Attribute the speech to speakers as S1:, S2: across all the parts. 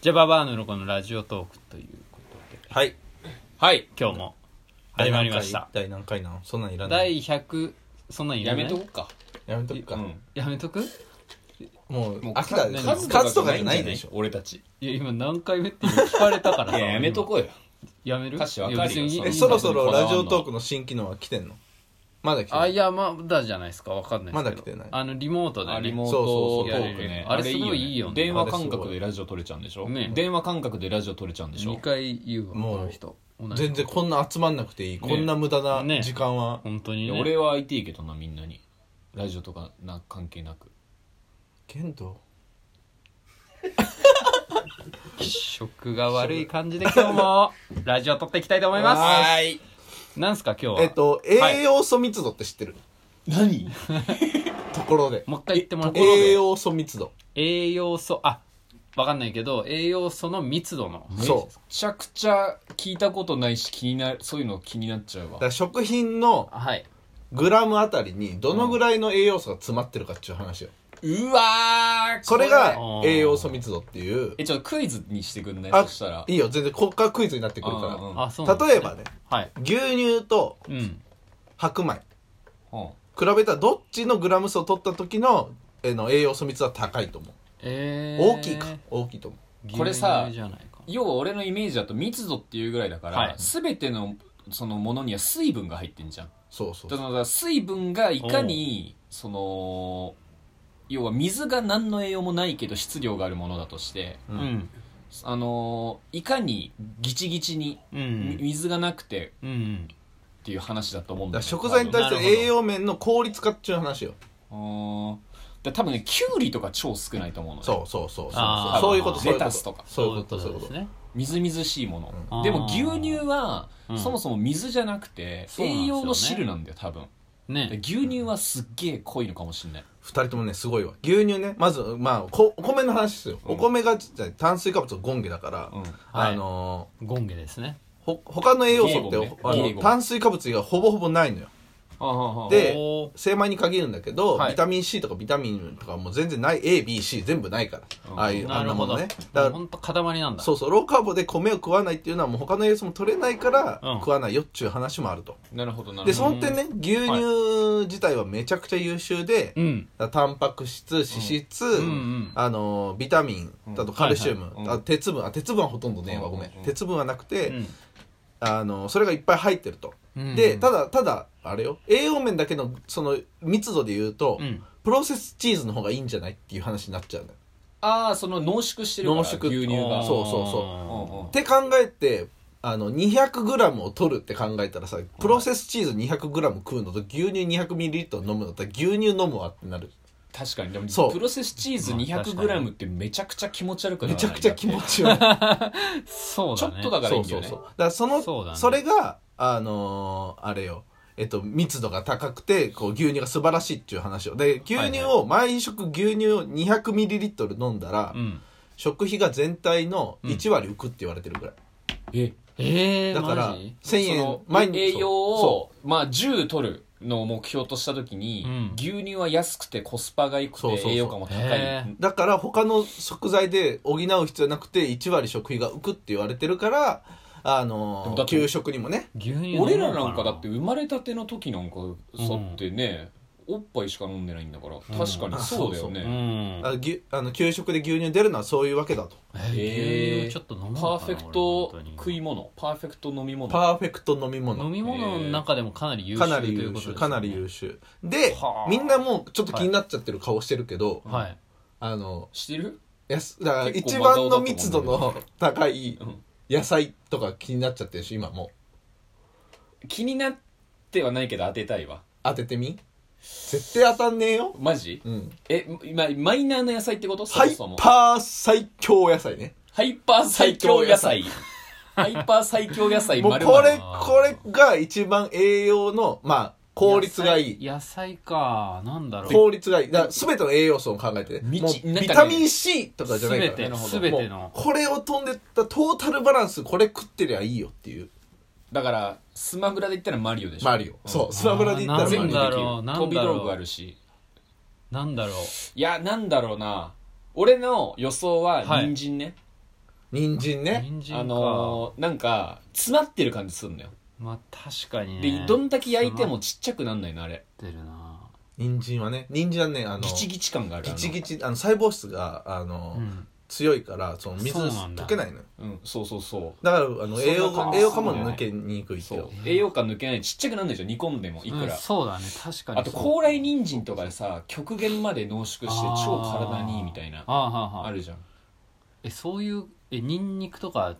S1: じゃあババアのロコのラジオトークということで
S2: はい
S3: はい。
S1: 今日も始まりました
S2: 第何回なのそんなんいらない
S1: 第100そんなんいら
S3: や
S1: ない
S3: めとこうか。
S2: やめとくか、
S3: うん
S1: やめとく
S2: もう
S3: もう
S2: 飽きたでしょ
S1: 数
S2: 数とかじゃないでしょ
S3: 俺たち。
S1: いや今何回目って聞かれたから
S3: いや、やめと
S1: う
S3: こうよ。
S1: やめる
S3: 歌詞わかる
S1: い
S3: よ
S1: や別にいいい
S3: そ
S1: い
S2: え
S3: の
S2: そろそろラジオトークの新機能は来てんのまだ来て
S1: あ
S2: ない
S1: いやまだじゃないですかわかんないですけど
S2: まだ来てない
S1: あのリモートで
S3: あ
S1: ね
S3: リモー
S2: そう
S3: ト
S2: そ
S3: ト
S2: うそう
S3: ークね。
S1: あれすごいいいよね
S3: 電話感覚でラジオ取れちゃうんでしょ
S1: ね
S3: 電話感覚でラジオ取れちゃうんでしょ
S1: 2回言うわ
S2: もう
S1: この人同じ
S2: 全然こんな集まんなくていい、こんな無駄な時間は、
S1: 本当に
S3: い
S1: ね
S3: や俺は IT いけどな、みんなに。ラジオとかな関係なく。
S2: けんど
S1: 食が悪い感じで今日もラジオ撮っていきたいと思い ま
S3: ーい。
S1: すなんすか今日は
S2: えっと栄養素密度って知ってる、
S3: 何
S2: ところで
S1: もう一回言ってもらっていい
S2: 栄養素密度
S1: 栄養素あわかんないけど栄養素の密度の
S2: そ
S3: めちゃくちゃ聞いたことないし、気になる、そういうの気になっちゃう
S2: だか
S3: わ。
S2: ら食品の
S1: はい
S2: グラムあたりにどのぐらいの栄養素が詰まってるかっていう話よ
S3: うわー
S2: それが
S1: これ
S2: 栄養素密度っていう
S3: え、ちょっとクイズにしてくんない
S2: あ
S3: そしたら。
S2: いいよ全然こっからクイズになってくるから、
S3: うんうん
S1: あそうなんですね
S2: 例えばね
S1: はい
S2: 牛乳と
S1: うん
S2: 白米
S3: うん
S2: 比べたらどっちのグラム数を取った時のえーの栄養素密度は高いと思う、
S1: えー、
S2: 大きいか大きいと思
S3: これさ
S1: 牛乳じゃないか
S3: 要は俺のイメージだと密度っていうぐらいだから、
S1: はい
S3: 全てのそのものには水分が入ってんじゃん
S2: うそうそう
S3: だから水分がいかにその要は水が何の栄養もないけど質量があるものだとして
S2: う
S1: うんん
S3: あのいかにギチギチに
S1: うんう
S3: み
S1: ん
S3: 水がなくて
S1: うん
S3: っていう話だと思うん
S2: だか
S3: だ
S2: ら
S3: よ
S2: 食
S3: ね
S2: 材に対する栄養面の効率化っていう話よ
S3: うんだから多分ねきゅうりとか超少ないと思うのね
S2: そうそうそうそう
S1: あー
S2: そういうことそういう
S3: レ
S2: こと
S3: タスとか
S2: そういうこと
S1: そ
S2: そう
S1: い
S2: ういうう
S1: こ
S2: こ
S1: で
S2: とと
S1: すね
S3: みずみずしいもの、
S1: うん
S3: でも牛乳は
S1: うん
S3: そもそも水じゃなくて
S1: そうなんですよね
S3: 栄養の汁なんだよ多分で
S1: ね
S3: 牛乳はすっげえ濃いのかもしれない
S2: 二人ともねすごいわ牛乳ねまずまあこお米の話ですよ、
S3: うん
S2: お米がじゃあ炭水化物ゴンゲだから、
S3: うん
S2: あの
S1: ゴンゲですね
S2: ーほ他の栄養素って、
S3: ゲーゴンね
S2: あ
S3: ゲーゴ
S2: の
S3: ン
S2: 炭水化物がほぼほぼないのよ
S3: で
S2: で
S1: おー
S2: 精米に限るんだけど、
S1: はい
S2: ビタミン C とかビタミンとかもう全然ない ABC 全部ないから、
S3: うん
S2: ああいうあ
S1: なんる
S2: な
S1: ほ
S2: も
S1: ど
S2: の
S1: ね
S2: ね
S1: だ
S2: だ
S1: ほ
S2: から
S1: んと塊なんだ
S2: そうそうローカーボで米を食わないっていうのはもう他の栄養素も取れないから
S1: うん
S2: 食わないよっちゅう話もあると、
S3: なるほどな
S2: で
S3: るほ
S2: その点ね牛乳自体はめちゃくちゃ優秀で、
S1: うん
S2: だからタンパク質脂質、
S1: うんうん
S2: あのービタミン
S3: うん
S2: だとカルシウム、
S3: はいはいうん
S2: あ鉄分あ鉄分はほとんどねえわ
S3: うん
S2: ごめん、
S3: うん
S2: 鉄分はなくて、
S1: うん
S2: あのーそれがいっぱい入ってると、
S1: うん
S2: でただただあれよ栄養面だけのその密度で言うと、
S1: うん
S2: プロセスチーズの方がいいんじゃないっていう話になっちゃうのよ
S3: ああその濃縮してるから
S2: 濃縮
S3: 牛乳が
S2: そうそう
S3: うんうん
S2: って考えてあの 200g を取るって考えたらさプロセスチーズ 200g 食うのと牛乳 200ml 飲むのと牛乳飲むわってなる
S3: 確かにでも
S2: そう
S3: プロセスチーズ
S1: まあ確かに
S3: 200g ってめちゃくちゃ気持ち悪く
S2: め
S3: ならな
S2: ちゃ
S3: い
S2: くちゃ気持ち悪い
S1: そう
S3: ちょ
S1: だね
S3: っとだからい
S2: そう
S3: い
S2: ん
S3: だ
S2: そ
S3: よ
S2: う
S3: ね
S2: そうだからその
S1: そうだ
S2: そ
S1: ね
S2: れがあのーあれよえっと、密度が高くてこう牛乳が素晴らしいっていう話をで牛乳を毎食牛乳を 200ml 飲んだら、
S1: うん
S2: 食費が全体の1割浮くって言われてるぐらい、
S3: え
S1: ええ
S2: だから
S1: マジ
S2: 1000
S3: そ
S2: 円
S3: の
S2: 毎日
S3: 栄養
S2: そう
S3: をまあ10取るのを目標とした時に、
S1: うん
S3: 牛乳は安くてコスパが良く
S2: そうそうそ
S3: て
S2: う
S3: 栄養価も高い
S1: へー
S2: だから他の食材で補う必要なくて1割食費が浮くって言われてるからあ
S3: で
S2: の
S3: も
S2: ー
S3: だって
S2: 給食にもね
S1: 牛乳飲む
S3: 俺らなんかだって生まれたての時なんかさってね、おっぱいしか飲んでないんだから確かにそうだよね、
S1: うん
S2: あぎゅあの給食で牛乳出るのはそういうわけだと
S1: えー、牛乳ちょっと飲もうかな
S3: パーフェクト食い
S1: 俺本
S3: 物パーフェクト飲み物
S2: パーフェクト飲み
S1: 当に
S2: 物
S1: 飲み物の中でもかなり優秀
S2: か
S1: と
S2: なり
S1: いう
S2: 優
S1: ことです、
S2: 秀
S1: ね、
S2: かなり優秀で
S1: はあ
S2: みんなもうちょっと気になっちゃってる顔してるけど、
S3: 秀
S1: はい
S2: あの
S3: してる
S2: やすだから
S3: 結構
S2: 一
S3: まだだと
S2: 番の
S3: 思うんだけど
S2: 密度の高い
S3: うん
S2: 野菜とか気になっちゃってるし今もう
S3: 気になってはないけど当てたいわ
S2: 当ててみ絶対当たんねえよ
S3: マジ
S2: うん
S3: え今マイナーな野菜ってことそ
S2: ハ
S3: も
S2: イ
S3: そも
S2: パー最強野菜ね
S3: ハイパー最強野菜ハイパー最強野 菜
S2: もう
S3: 丸
S2: こ
S3: 々
S2: れこれが一番栄養のまあ効率がいい
S1: 野菜野菜かなんだろう
S2: 効率がいいだから全ての栄養素を考えてね
S3: み
S2: もう
S3: ちなんか
S2: ビ
S3: ね
S2: タミン C とかじゃない
S1: 全
S2: から
S1: て
S3: なるほど
S1: 全て
S2: も
S1: の
S2: うこれを飛んでったトータルバランスこれ食ってりゃいいよっていう
S3: だからスマブラで言ったらマリオでしょ
S2: マリオそうスマブラで言った
S1: あ
S2: ら
S1: ー
S2: マリ
S3: 全
S2: オ
S3: 部できる
S1: なんだろうなんだろう
S3: 飛び道具あるし
S1: なんだろ
S3: いやなんだろうな俺の予想は
S1: はい
S3: 人参ね、
S2: 人参ね
S1: 人参か、
S3: あのーなんか詰まってる感じするのよ、
S1: まあ確かにね
S3: でどんだけ焼いてもちっちゃくなんないのあれ
S1: ってるな
S2: 人参はね人参はねあの
S3: ギチギチ感があるあ
S2: ギ
S3: の
S2: チギチあの細胞質があの、
S1: うん
S2: 強いからその水
S1: そうなんだ
S2: 溶けないのよ
S3: うんそうそうそう
S2: だからあの
S3: そんな
S2: 栄養
S3: 感
S2: が
S3: じ
S2: 栄養価も抜けにくいけ
S3: そ
S2: ど
S3: う栄養価抜けないちっちゃくなんないでしょ煮込んでもいく
S1: うん
S3: ら、
S1: そうだね確かに
S3: あと高麗人参とかでさ極限まで濃縮して超体にいいみたいなあ
S1: ああはあはあ
S3: るじゃん
S1: えそういうえニンニクとか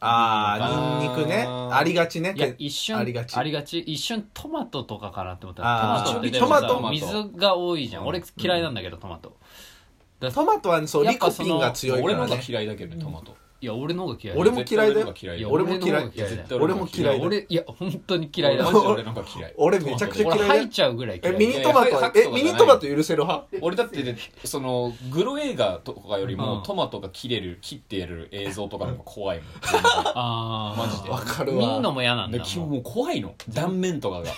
S2: ああニンニクね
S3: あー
S2: ありがちね
S1: いや
S2: け
S1: 一瞬
S2: ありがち
S1: 一瞬トマトとかかなって思ったら
S2: あー
S1: トマトってでも
S2: トマ
S1: さ
S2: ト
S1: 水が多いじゃん
S3: うん
S1: 俺嫌いなんだけどトマト
S2: トマトはねそう
S1: やっ
S2: リコ
S1: ぱその
S2: ピンが強いか
S3: 俺の
S2: ら
S3: 方が
S2: ね
S3: 嫌いだけどねトマト、
S1: いや俺の方が嫌い
S2: 俺も嫌いだよ
S3: 絶対俺の方が嫌
S1: いや
S3: いよ
S1: の方
S2: 俺も嫌い
S1: が
S3: いや絶
S1: だ
S3: 対
S1: よ
S2: 俺も嫌いだ
S1: 俺いや本当に嫌いだ
S3: マジで俺の方が嫌い
S2: 俺 めちゃくちゃ
S1: 俺
S2: 嫌いだ
S1: 吐
S2: よ
S1: いちゃうぐらい
S2: え
S1: 嫌い
S2: ミ
S1: だ
S2: ニ
S1: よ
S2: トマ
S3: いやいや
S2: ト
S3: いや
S2: え
S3: いや
S2: ミニトマト許せる派
S3: 俺だってねそのグロ映画とかより
S1: う
S3: も
S1: ん
S3: トマトが切れる切ってやる映像とかの方が怖いもん
S1: ああ
S3: マジで
S2: わかる
S1: 見んの
S2: わ
S1: も嫌なんだ
S3: で君
S1: も
S3: もう怖いの断面とかが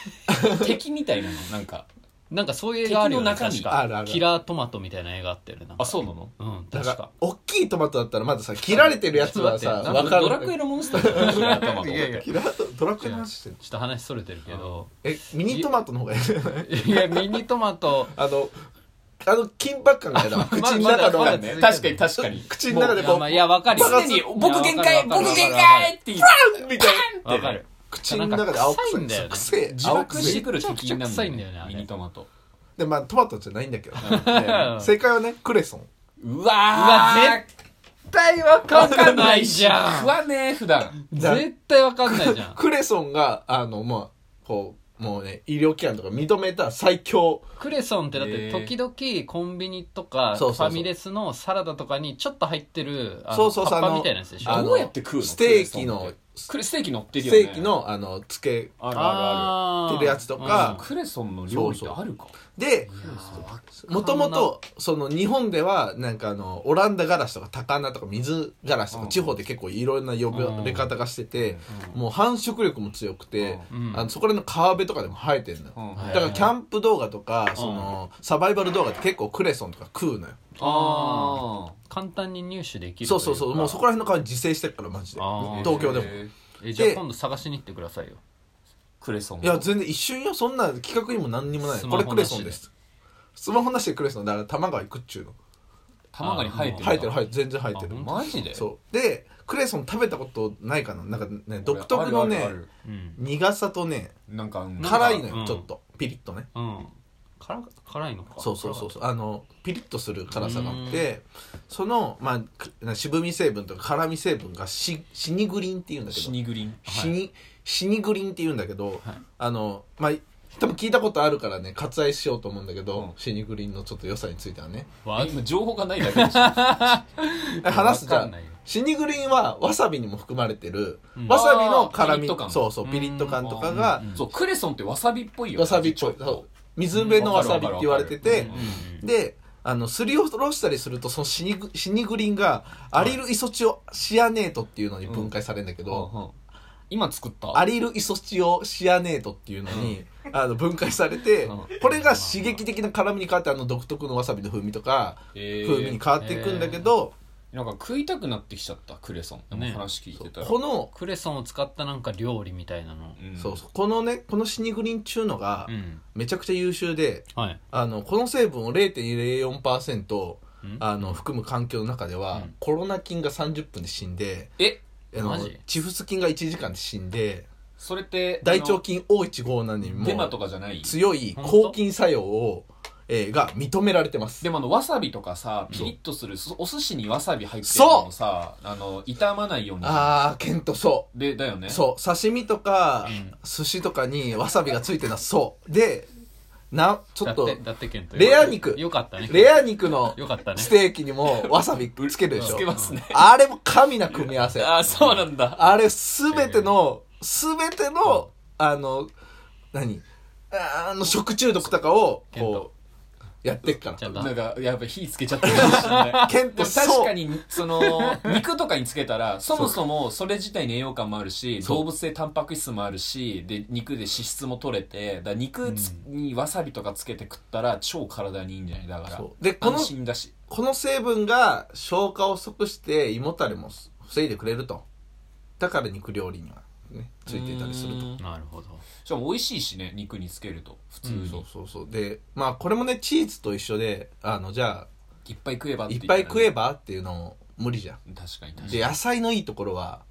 S3: 敵みたいなのなんか
S1: うなんかそういう映画あるよね
S3: 敵の中
S1: 確
S3: 身
S2: あるあ
S1: か
S2: る
S1: キラートマトみたいな映画あったよねなんか
S3: あそうなの
S1: うん
S2: だ
S1: 確
S2: から
S1: か
S2: 大きいトマトだったらまださ切られてるやつはさ
S1: ちょ
S3: な
S1: っ
S2: わ
S3: んか
S2: か
S3: ドラクエ
S2: る
S3: のモンスターだよねトマトっ
S1: いやいや
S3: て
S2: キラートドラクエの話してる
S1: ちょっと話それてるけど
S2: えミニトマトの方がいい
S1: いやミニトマト
S2: あのあの緊迫感が嫌だわ口の
S1: まだ
S2: 中
S1: まだ
S2: の
S1: ね
S3: 確かに確かに
S2: 口の中で
S1: いや
S2: こう
S1: まあいやわかるよ
S2: 常
S3: 常
S2: に
S3: に
S1: 僕
S3: 僕
S1: 限
S3: 限
S1: 界
S3: 界
S1: 僕限
S3: 僕限
S1: 界
S3: 界って
S2: みたいな
S1: わかる
S2: 口の中で青臭いんだよ、
S1: なんか
S2: 臭い
S3: 自
S2: 青
S3: 爆
S2: 臭
S3: して
S2: い
S3: くる敵にな
S1: 臭い
S3: る
S1: ん
S3: ん
S1: だ
S3: だ
S1: よ
S3: よ
S1: ねあ
S3: ね
S1: れ
S3: ミニトマト
S2: でまあトマトじゃないん だけど
S1: ん
S2: 正解はねクレソン
S3: う
S1: うわ
S3: わ
S1: 絶対わか
S3: ー
S1: んないじゃ
S3: 食
S1: ん
S3: わねえ普段
S2: だ
S1: 絶対わかんないじゃん
S2: クレソンがあのまあこうもうね医療機関とか認めた最強
S1: クレソンってだっ
S3: へ
S1: て時
S3: ー
S1: 々コンビニとかフ
S2: そうそうそう
S1: ァミレスのサラダとかにちょっと入ってるあの
S2: そうそうそう
S1: 葉っ
S2: あ
S1: ぱ
S2: の
S1: みたいなやつでし
S2: あ
S1: ょ
S2: の
S3: どうやって食うの
S2: ステーキの
S3: クレステーキ乗って
S2: ス
S3: るよね
S2: テーキのあのつけ
S3: あるあ
S1: ー
S2: てるやつと
S3: るあ
S2: か
S3: るクレソンの料理ってあるか
S2: でもともとその日本ではなんかあのオランダガラスとか高菜とか水ガラスと
S3: う
S2: か
S3: ん
S2: 地方で結構いろんな呼ばれ方がしててもう繁殖力も強くて
S1: うん
S2: あのそこら辺の川辺とかでも生えてるのよ
S3: うん
S1: はい
S2: だからキャンプ動画とかそのサバイバル動画って結構クレソンとか食うのよ
S3: あ
S1: 簡単に入手できるとい
S2: そうそうそうもうそこら辺の川自生してるからマジで
S1: あー
S2: 東京でも
S1: えじゃあ今度探しに行ってくださいよ
S3: クレソン
S2: いや全然一瞬よそんな企画にも何にもない
S1: ス
S2: こ
S1: マホ
S2: れ
S1: なしで
S2: クレソンですスマホなしでクレソンだから玉川行くっちゅうの
S3: 玉がに生えてる
S2: 生えてる生えてる全然生えてる
S1: あ
S3: マジで
S2: そうでクレソン食べたことないかななんかね独特の
S3: あるあ
S2: ね
S3: るある
S1: うん
S2: 苦さとね
S3: なんかうん
S2: 辛いの
S1: うん
S2: よちょっとピリッとね
S1: うん辛辛いのか
S2: そうそうそ
S1: 辛
S2: う
S1: か
S2: そうあのピリッとする辛さがあってそのまあく渋み成分とか辛み成分がシシニグリンっていうんだけど
S3: シニグリン
S2: シニシニグリンって言うんだけど、
S1: はい
S2: あのまあ多分聞いたことあるからね割愛しようと思うんだけど、
S3: うん
S2: シニグリンのちょっと良さについてはね
S1: わ
S3: 今情報がないだけでしょ
S2: え話すじ
S1: わ
S2: ゃ
S1: かん
S2: ん
S1: ないよ
S2: シニグリンはわさびにも含まれてる、
S1: うん
S2: わさびの辛
S3: あーピリッと感
S2: みそうそうピリッと感とかが
S1: うんうん
S3: そうクレソンってわさびっぽいよね
S2: わさびっぽい
S3: ちょ
S2: そ
S3: と
S2: う水辺のわさびって言われてて、
S3: うんわかるわかるわかる
S1: うん
S2: であのすりおろしたりするとそのシニグシニグリンがアリルイソチオシアネートっていうのに分解されるんだけど、
S3: うんうん今作った
S2: アリルイソチオシアネートっていうのに、あの分解されて、
S3: うん
S2: これが刺激的な辛みに変わってあの独特のわさびの風味とか、
S3: えー
S2: 風味に変わっていくんだけど、
S3: なんか食いたくなってきちゃったクレソンでも
S1: ね
S3: 話聞いてたら
S2: この、
S1: クレソンを使ったなんか料理みたいなの
S3: ん
S2: そうそうこのねこのシニグリンっちゅうのが
S1: うん
S2: めちゃくちゃ優秀で、
S1: はい
S2: あのこの成分を0.04%
S1: うん
S2: あの含む環境の中では、
S1: うん
S2: コロナ菌が30分で死んで
S3: え
S2: あの
S1: マジ
S2: チフス菌が1時間で死んで
S3: それって
S2: 大腸菌 O157 に
S3: あのデマと
S2: も
S3: かじゃない
S2: 強い
S1: 本当
S2: 抗菌作用を、えーが認められてます
S3: でもあのわさびとかさ
S2: そう
S3: ピリッとするそお寿司にわさび入ってるのもさあの傷まないように
S2: ああ、ケント、そ
S3: でだよ
S2: う。
S3: ね
S2: そう。刺身とか、寿司とかにわさびがついてるのはそう。で、な、ちょっと
S1: だ、ってだってケント
S2: レア肉
S1: よかったね
S2: レア肉の
S1: よかったね
S2: ステーキにもわさびつけるでし
S3: つ
S2: ょ
S3: け。ますね
S2: あれも神な組み合わせ。
S3: ああそうなんだ
S2: あれすべての、すべての、あの、何ああの、食中毒とかを、
S1: ケン
S2: こ
S1: ト
S2: う、やってっから
S1: じゃあ
S3: なんかやっぱ火つけちゃったかもしれない
S2: ケン
S3: で
S2: ト
S3: も
S2: そう
S3: 確かにその肉とかにつけたらそもそもそれ自体に栄養価もあるし
S2: そう
S3: 動物性タンパク質もあるしで肉で脂質も取れてだから肉つにわさびとかつけて食ったら超体にいいんじゃないだから
S2: そうでこの
S3: 安心だし
S2: この成分が消化を即して胃もたれも防いでくれるとだから肉料理には、ね、ついていたりすると
S3: うん
S1: なるほど
S3: しかも美味しいしね肉につけると普通に、
S2: そうそうそうでまあこれもねチーズと一緒であのじゃ
S3: いっぱい食えば
S2: あ
S3: って
S2: いっ
S3: 言
S2: ぱい食え
S3: ば
S2: ばっていうのも無理じゃん
S3: 確かに確かに
S2: で野菜のいいところは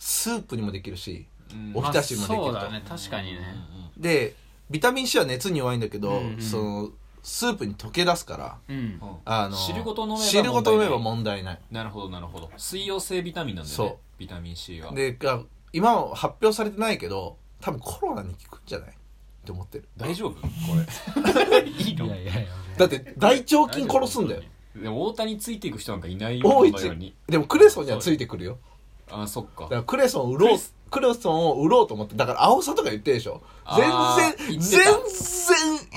S2: スープにもできるし
S3: うん
S2: お
S1: まあ
S2: ひたしもできると
S1: そうだね確かにね
S2: でビタミン C は熱に弱いんだけど、
S1: うんうん
S2: そのスープに溶け出すから
S1: うん
S3: うんうんうん
S2: あの
S3: 汁ごと飲めば問題ない
S2: 汁ごと飲めば問題ない
S3: なるほどなるほど水溶性ビタミンなんだよね
S2: そ
S3: ビタミン C は
S2: でが今は発表されてないけど多分コロナに効くんじゃないって思ってる
S3: 大丈夫こ
S1: いいのいやいやいや
S2: だって大腸菌殺すんだよ
S3: れでも大谷についていく人なんかいないよ
S2: 大
S3: こ
S2: 一
S3: の世に
S2: でもクレソンにはついてくるよ
S3: あそっか
S2: だからクレソンを売ろう
S3: クレス
S2: クレソンを売ろうと思ってだから青さとか言ってるでしょ全
S3: あ
S2: 然
S3: ー言って
S2: 全
S3: た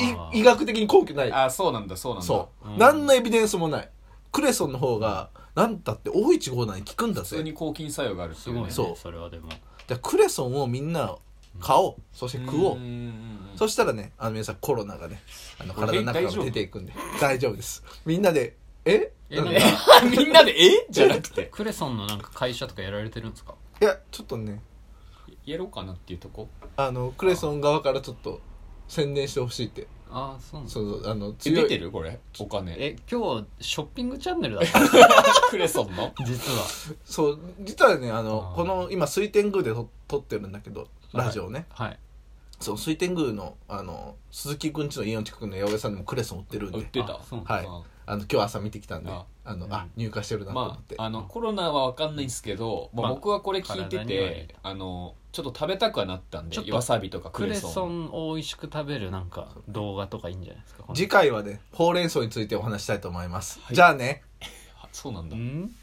S2: 然
S1: あー
S2: い医学的に根拠ない
S3: あそうなんだそうなんだ
S2: そう、
S1: うん
S2: 何のエビデンスもないクレソンの方が何だって O157 に効くんだ
S3: 普通
S2: ぜ
S3: に抗菌作用があるって
S1: す
S3: いう
S1: ごい
S3: ね
S1: ね
S2: そう
S1: それはでも
S2: じゃクレソンをみんな買おうそして食おう
S3: うんうんうん
S2: そしたらね、あの皆さんコロナがね、あの
S3: これ
S2: 体の中から出ていくんで、大丈夫です。みんなで、え
S1: え
S2: なんか
S1: なんか
S3: みんなで「えじゃなくて
S1: クレソンのなんか会社とかやられてるんですか
S2: いや、ちょっとね、
S3: やろうかなっていうとこ
S2: あの、クレソン側からちょっと宣伝してほしいって。
S1: ああそうなんだ
S2: そうそう、あの、
S3: え
S2: 強い。
S3: 出てるこれお金
S1: え今日ショッピングチャンネルだった
S3: クレソンの
S1: 実は
S2: そう、実はね、あの、
S1: あー
S2: この、今、水天宮でと撮ってるんだけど、ラジオね。
S1: はい
S2: そう、水天宮の、あの、鈴木くんちの家の近くの八百屋さんでもクレソン売ってるん
S3: 売っ
S2: で、
S3: てた
S1: あそうなんだ
S2: はい。
S3: うん
S2: あの、今日朝見てきたんで、あ
S3: あ
S2: の、
S1: う
S2: あ
S1: ん、
S2: 入荷してるなと思っ
S3: ま
S2: て。
S3: あ、あのコロナは分かんないんですけど、まあ
S1: まあ
S3: 僕はこれ聞いて
S1: 体にはいい
S3: てあのちょっと食べたくはなったんで
S1: ちょっと
S3: わさびとか
S1: ク
S3: クレ
S1: レ
S3: ソン
S1: ソンを美味しく食べるなんか動画とかいいんじゃないですかこの
S2: 次回はね、ほうれん草についてお話したいと思います。じゃあね。
S3: あそうなんだ
S1: うん